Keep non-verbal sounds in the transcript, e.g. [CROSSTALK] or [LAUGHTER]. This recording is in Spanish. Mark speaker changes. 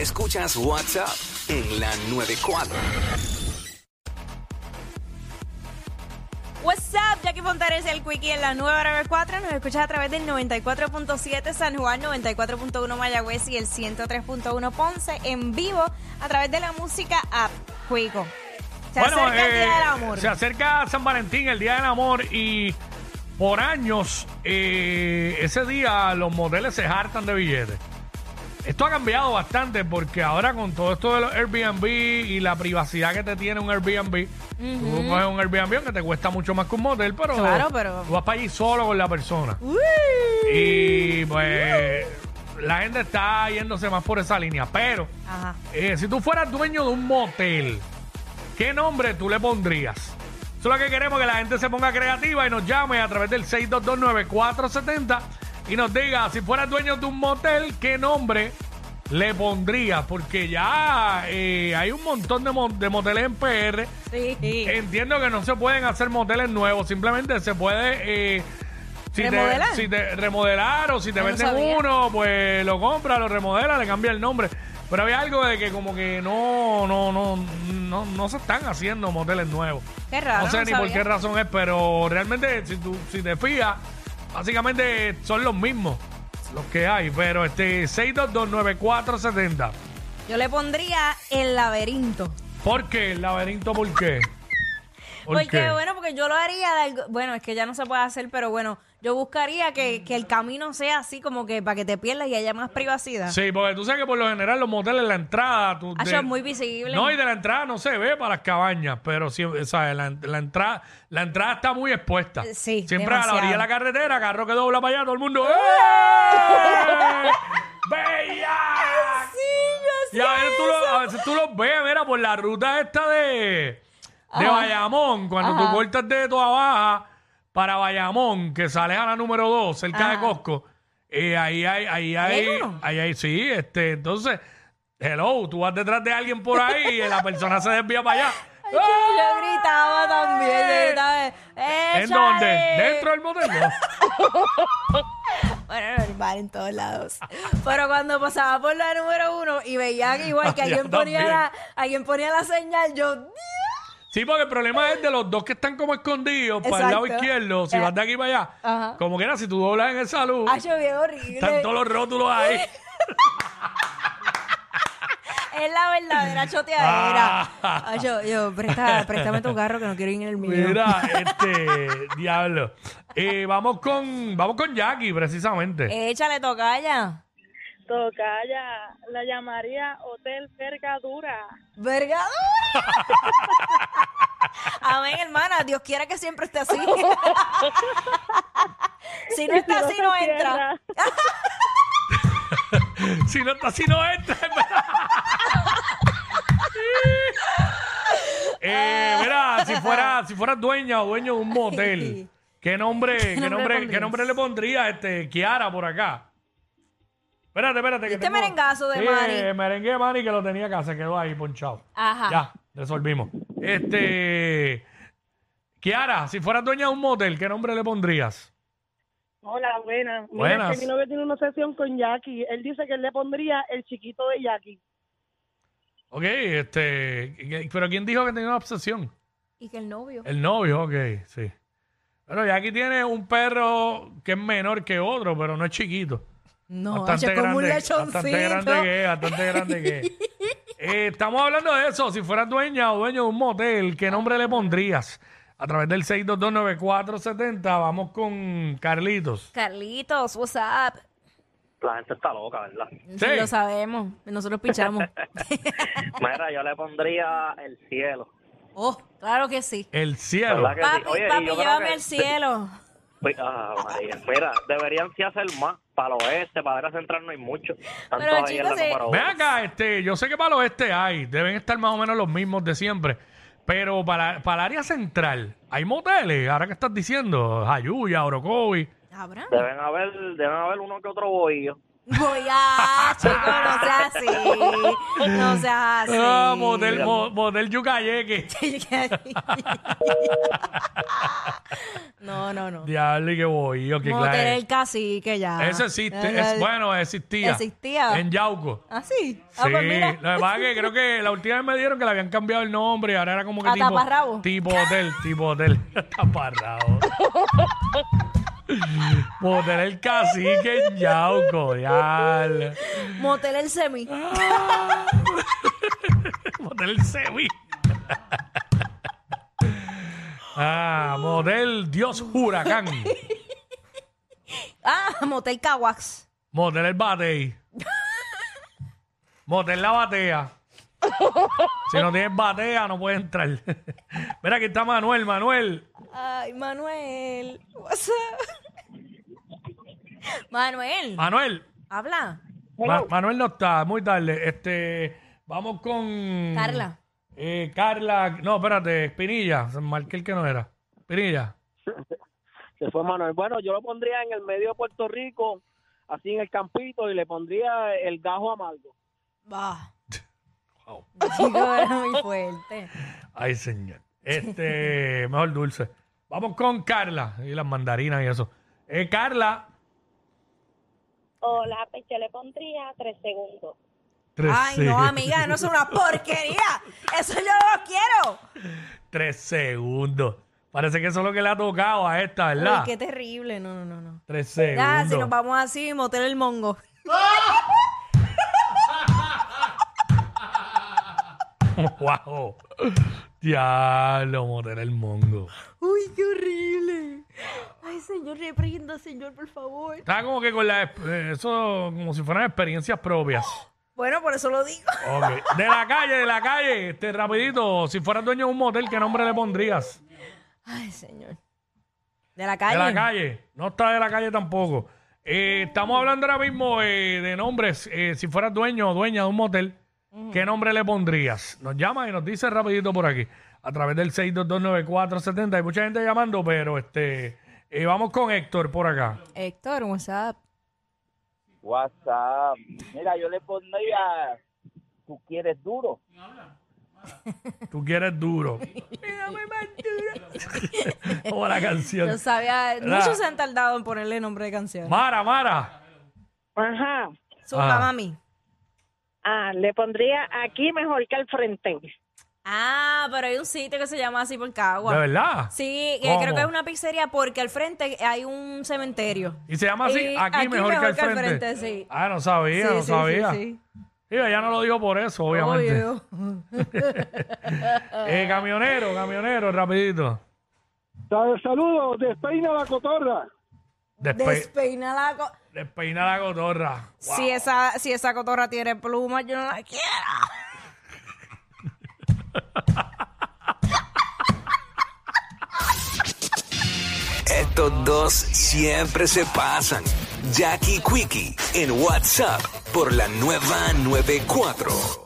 Speaker 1: Escuchas WhatsApp en la 94.
Speaker 2: What's up, Jackie Fontanes, el Quickie en la 994. Nos escuchas a través del 94.7 San Juan, 94.1 Mayagüez y el 103.1 Ponce en vivo a través de la música app Cuico. Se acerca el
Speaker 3: eh,
Speaker 2: Día del Amor.
Speaker 3: Se acerca San Valentín, el Día del Amor, y por años, eh, ese día los moteles se hartan de billetes. Esto ha cambiado bastante porque ahora con todo esto de los Airbnb y la privacidad que te tiene un Airbnb, tú coges un Airbnb que te cuesta mucho más que un motel, pero,
Speaker 2: Claro, pero-
Speaker 3: tú vas para allí solo con la persona.
Speaker 2: Uy.
Speaker 3: Y pues la gente está yéndose más por esa línea, pero...
Speaker 2: Ajá.
Speaker 3: Eh, si tú fueras dueño de un motel, ¿qué nombre tú le pondrías? Eso es lo que queremos, que la gente se ponga creativa y nos llame a través del 6229470 y nos diga, si fueras dueño de un motel, ¿qué nombre le pondrías? Porque ya eh, hay un montón de, mo- de moteles en PR.
Speaker 2: Sí.
Speaker 3: Entiendo que no se pueden hacer moteles nuevos, simplemente se puede... eh, si te-
Speaker 2: ¿Remodelar?
Speaker 3: si te remodelar o si te
Speaker 2: Yo no
Speaker 3: venden
Speaker 2: sabía.
Speaker 3: uno, pues lo compra, lo remodela, le cambia el nombre. Pero había algo de que como que no, no, no, no, no se están haciendo moteles nuevos.
Speaker 2: Qué raro,
Speaker 3: No sé
Speaker 2: no
Speaker 3: ni por
Speaker 2: sabía.
Speaker 3: qué razón es, pero realmente si tú, si te fijas, básicamente son los mismos los que hay. Pero este 6229470.
Speaker 2: Yo le pondría el laberinto.
Speaker 3: ¿Por qué el laberinto? ¿Por qué? ¿Por
Speaker 2: Porque,
Speaker 3: qué?
Speaker 2: bueno, porque yo lo haría de algo- Bueno, es que ya no se puede hacer, pero bueno, yo buscaría que, que el camino sea así como que para que te pierdas y haya más privacidad.
Speaker 3: Sí, porque tú sabes que por lo general los moteles, la entrada... Tú,
Speaker 2: Ah,
Speaker 3: de-
Speaker 2: eso es muy visible.
Speaker 3: No, y de la entrada no se ve para las cabañas, pero sí, o sea, la, la entrada, la entrada está muy expuesta.
Speaker 2: Eh, sí,
Speaker 3: Siempre a
Speaker 2: demasiado.
Speaker 3: la orilla de la carretera, carro que dobla para allá, todo el
Speaker 2: [LAUGHS]
Speaker 3: mundo. ¡eh! ¡Bella!
Speaker 2: Sí,
Speaker 3: Y
Speaker 2: yo
Speaker 3: a
Speaker 2: sé
Speaker 3: veces, tú lo-
Speaker 2: eso.
Speaker 3: a veces tú los ves, mira, por la ruta esta de, de
Speaker 2: Ajá.
Speaker 3: Bayamón, cuando tú cortas de toda baja para Bayamón, que sales a la número 2, cerca de
Speaker 2: Ajá.
Speaker 3: Costco, eh, ahí hay, ahí
Speaker 2: hay
Speaker 3: hay,
Speaker 2: uno?
Speaker 4: ahí hay, sí, este, entonces, hello, tú vas detrás de alguien por ahí y la persona se desvía para allá.
Speaker 2: Yo, yo gritaba también, yo gritaba.
Speaker 3: ¡Eh! ¿En
Speaker 2: "Échale".
Speaker 3: dónde? ¿Dentro del modelo?
Speaker 2: Bueno, normal en todos lados. Pero cuando pasaba por la número uno y veía que igual que
Speaker 3: [LAUGHS] Yo
Speaker 2: alguien ponía,
Speaker 3: también.
Speaker 2: la, alguien ponía la señal, yo. "Dios".
Speaker 3: Sí, porque el problema es de los dos que están como escondidos para el lado
Speaker 2: Exacto.
Speaker 3: izquierdo, si
Speaker 2: Eh.
Speaker 3: vas de aquí para allá.
Speaker 2: Ajá.
Speaker 3: Como quiera, si tú doblas en esa luz,
Speaker 2: Ay, "Ah, yo bien horrible. [LAUGHS]
Speaker 3: están todos los rótulos ahí.
Speaker 2: Es la verdadera choteadera.
Speaker 3: Ah.
Speaker 2: Ay, yo, yo, presta, préstame tu carro que no quiero ir en el mío.
Speaker 3: Mira, este, diablo. Eh, vamos con, vamos con Jackie, precisamente.
Speaker 2: Échale tocaya.
Speaker 5: Tocaya, la llamaría Hotel Vergadura.
Speaker 2: Vergadura. Amén, hermana. Dios quiera que siempre esté así. si no está así, no entra.
Speaker 5: Cierra.
Speaker 3: Si no está, si no entra. eh, mira, si fuera, si fuera dueña o dueño de un motel, ¿qué nombre, qué
Speaker 2: nombre
Speaker 3: nombre,
Speaker 2: pondrías?
Speaker 3: qué nombre le pondría este Kiara por acá? Espérate, espérate. Que
Speaker 2: ¿Viste Este merengazo de Mari?
Speaker 3: Eh, merengue de Mari que lo tenía acá, se quedó ahí ponchado.
Speaker 2: Ajá.
Speaker 3: Ya, resolvimos. Este. Kiara, si fueras dueña de un motel, ¿qué nombre le pondrías?
Speaker 5: Hola, buenas. Mira,
Speaker 3: Buenas.
Speaker 5: es que mi novio tiene una sesión con Jackie. Él dice que él le pondría el chiquito de Jackie.
Speaker 3: Ok, este. ¿qué- Pero ¿quién dijo que tenía una obsesión?
Speaker 2: Y que el novio.
Speaker 6: Eh.
Speaker 3: El novio, ok, sí. Bueno, Jackie tiene un perro que es menor que otro, pero no es chiquito.
Speaker 2: No, es como un
Speaker 3: bastante grande
Speaker 2: lechoncito.
Speaker 3: que es, bastante grande que
Speaker 2: [LAUGHS]
Speaker 3: es. Eh, estamos hablando de eso. Si fueras dueña o dueño de un motel, ¿qué nombre le pondrías? A través del 6229470, vamos con Carlitos.
Speaker 2: Carlitos, what's up?
Speaker 6: La gente está loca,
Speaker 2: [LAUGHS]
Speaker 6: ¿verdad?
Speaker 3: Sí.
Speaker 2: Lo sabemos. Nosotros
Speaker 6: [LAUGHS]
Speaker 2: pinchamos.
Speaker 6: Mira, yo le pondría el cielo.
Speaker 2: oh, claro que sí.
Speaker 3: El cielo.
Speaker 6: ¿Verdad que sí?
Speaker 2: Papi,
Speaker 6: Oye, y
Speaker 2: papi,
Speaker 6: yo creo
Speaker 2: llévame
Speaker 6: que-
Speaker 2: al cielo.
Speaker 6: Pues, ah, María. Mira, deberían sí hacer más. Para el oeste, para ver a central no hay mucho. Tanto
Speaker 2: Pero,
Speaker 6: ahí en
Speaker 2: chicos,
Speaker 6: la
Speaker 2: eh,
Speaker 6: número
Speaker 3: Ven
Speaker 6: uno.
Speaker 3: acá, este, yo sé que para el oeste hay, deben estar más o menos los mismos de siempre. Pero para, para el área central, hay moteles, ahora que estás diciendo, Jayuya, Orocovi.
Speaker 2: ¿Habrá?
Speaker 6: Deben haber, deben haber uno que otro bohío.
Speaker 2: Voy a, chico, no seas así. No seas así.
Speaker 3: Ah, motel, mo- motel Yucayeque.
Speaker 2: [LAUGHS] no, no, no.
Speaker 3: Diablo, y qué voy yo, qué
Speaker 2: Motel
Speaker 3: clase.
Speaker 2: el cacique ya.
Speaker 3: Eso existe,
Speaker 2: Eh,
Speaker 3: es, bueno, existía.
Speaker 2: Existía.
Speaker 3: En Yauco.
Speaker 2: ¿Ah, sí?
Speaker 3: Sí,
Speaker 2: Ah, pues mira.
Speaker 3: lo que pasa es que creo que la última vez me dieron que le habían cambiado el nombre y ahora era como que
Speaker 2: ¿A
Speaker 3: tipo,
Speaker 2: taparrabo?
Speaker 3: tipo hotel, tipo hotel, [LAUGHS] taparrabo. Motel el cacique en Yauco, diablo.
Speaker 2: Motel el semi.
Speaker 3: Ah. Motel el Sebi. ah, motel Dios Huracán.
Speaker 2: Ah, motel Caguax.
Speaker 3: Motel el batey. Motel la batea. Si no tienes batea, no puedes entrar. [LAUGHS] Mira, aquí está Manuel. Manuel,
Speaker 2: Ay, Manuel. What's up? Manuel,
Speaker 3: Manuel.
Speaker 2: habla.
Speaker 3: Ma- Manuel no está, muy tarde. Este, vamos con.
Speaker 2: Carla.
Speaker 3: Eh, Carla. No, espérate, Espinilla. Marqué el que no era. Espinilla.
Speaker 5: Se fue Manuel. Bueno, yo lo pondría en el medio de Puerto Rico, así en el campito, y le pondría el gajo amargo.
Speaker 2: Va. Chico, era muy fuerte.
Speaker 3: Ay, señor.
Speaker 2: [LAUGHS]
Speaker 3: Este, mejor dulce. Vamos con Carla. Y las mandarinas y eso. Eh, Carla.
Speaker 7: Hola, pues yo le pondría tres segundos.
Speaker 3: Tres
Speaker 2: Ay, no,
Speaker 3: segundos.
Speaker 2: amiga, no es una porquería. Eso yo no lo quiero.
Speaker 3: Tres segundos. Parece que eso es lo que le ha tocado a esta, ¿verdad?
Speaker 2: Ay, qué terrible. No, no, no, no.
Speaker 3: Tres segundos.
Speaker 2: Ya, si nos vamos así, motel el mongo.
Speaker 3: [LAUGHS] Guau. Ya lo motel el mongo.
Speaker 2: Uy, qué horrible. Ay, señor, reprenda, señor, por favor.
Speaker 3: Está como que con la eh, eso como si fueran experiencias propias.
Speaker 2: Bueno, por eso lo digo.
Speaker 3: Ok. De la calle, de la calle, este rapidito, si fueras dueño de un motel, ¿qué nombre le pondrías?
Speaker 2: Ay, señor. De la calle.
Speaker 3: De la calle, no está de la calle tampoco. Eh, estamos hablando ahora mismo eh, de nombres. Eh, si fueras dueño o dueña de un motel, ¿qué nombre le pondrías? Nos llama y nos dice rapidito por aquí, a través del 6229470. Hay mucha gente llamando, pero este eh, vamos con Héctor por acá.
Speaker 2: Héctor, WhatsApp.
Speaker 8: WhatsApp. Mira, yo le pondría, tú quieres duro.
Speaker 3: Tú quieres
Speaker 2: [LAUGHS]
Speaker 3: duro. o la canción.
Speaker 2: Yo sabía,
Speaker 3: La-
Speaker 2: muchos se han tardado en ponerle nombre de canción.
Speaker 3: Mara, Mara.
Speaker 5: Ajá.
Speaker 2: Zumba,
Speaker 3: Ah.
Speaker 2: mami.
Speaker 5: Ah, le pondría aquí mejor que al frente.
Speaker 2: Ah, pero hay un sitio que se llama así por Cagua.
Speaker 3: ¿De verdad?
Speaker 2: Sí, que
Speaker 3: ¿Cómo?
Speaker 2: creo que es una pizzería porque al frente hay un cementerio.
Speaker 3: Y se llama así,
Speaker 2: Y
Speaker 3: aquí, mejor, que al frente.
Speaker 2: sí.
Speaker 3: Ah, no sabía,
Speaker 2: Sí,
Speaker 3: no
Speaker 2: sí,
Speaker 3: sabía.
Speaker 2: sí, sí.
Speaker 3: Y ella no lo dijo por eso, obviamente.
Speaker 2: Obvio.
Speaker 3: Eh, camionero, camionero, rapidito.
Speaker 5: Saludos, despeina la cotorra.
Speaker 3: Despe
Speaker 2: Despeina la co-
Speaker 3: despeina la cotorra.
Speaker 2: Si esa, si esa cotorra tiene plumas, yo no la quiero.
Speaker 1: Estos dos siempre se pasan. Jackie Quickie en WhatsApp por la nueva 94.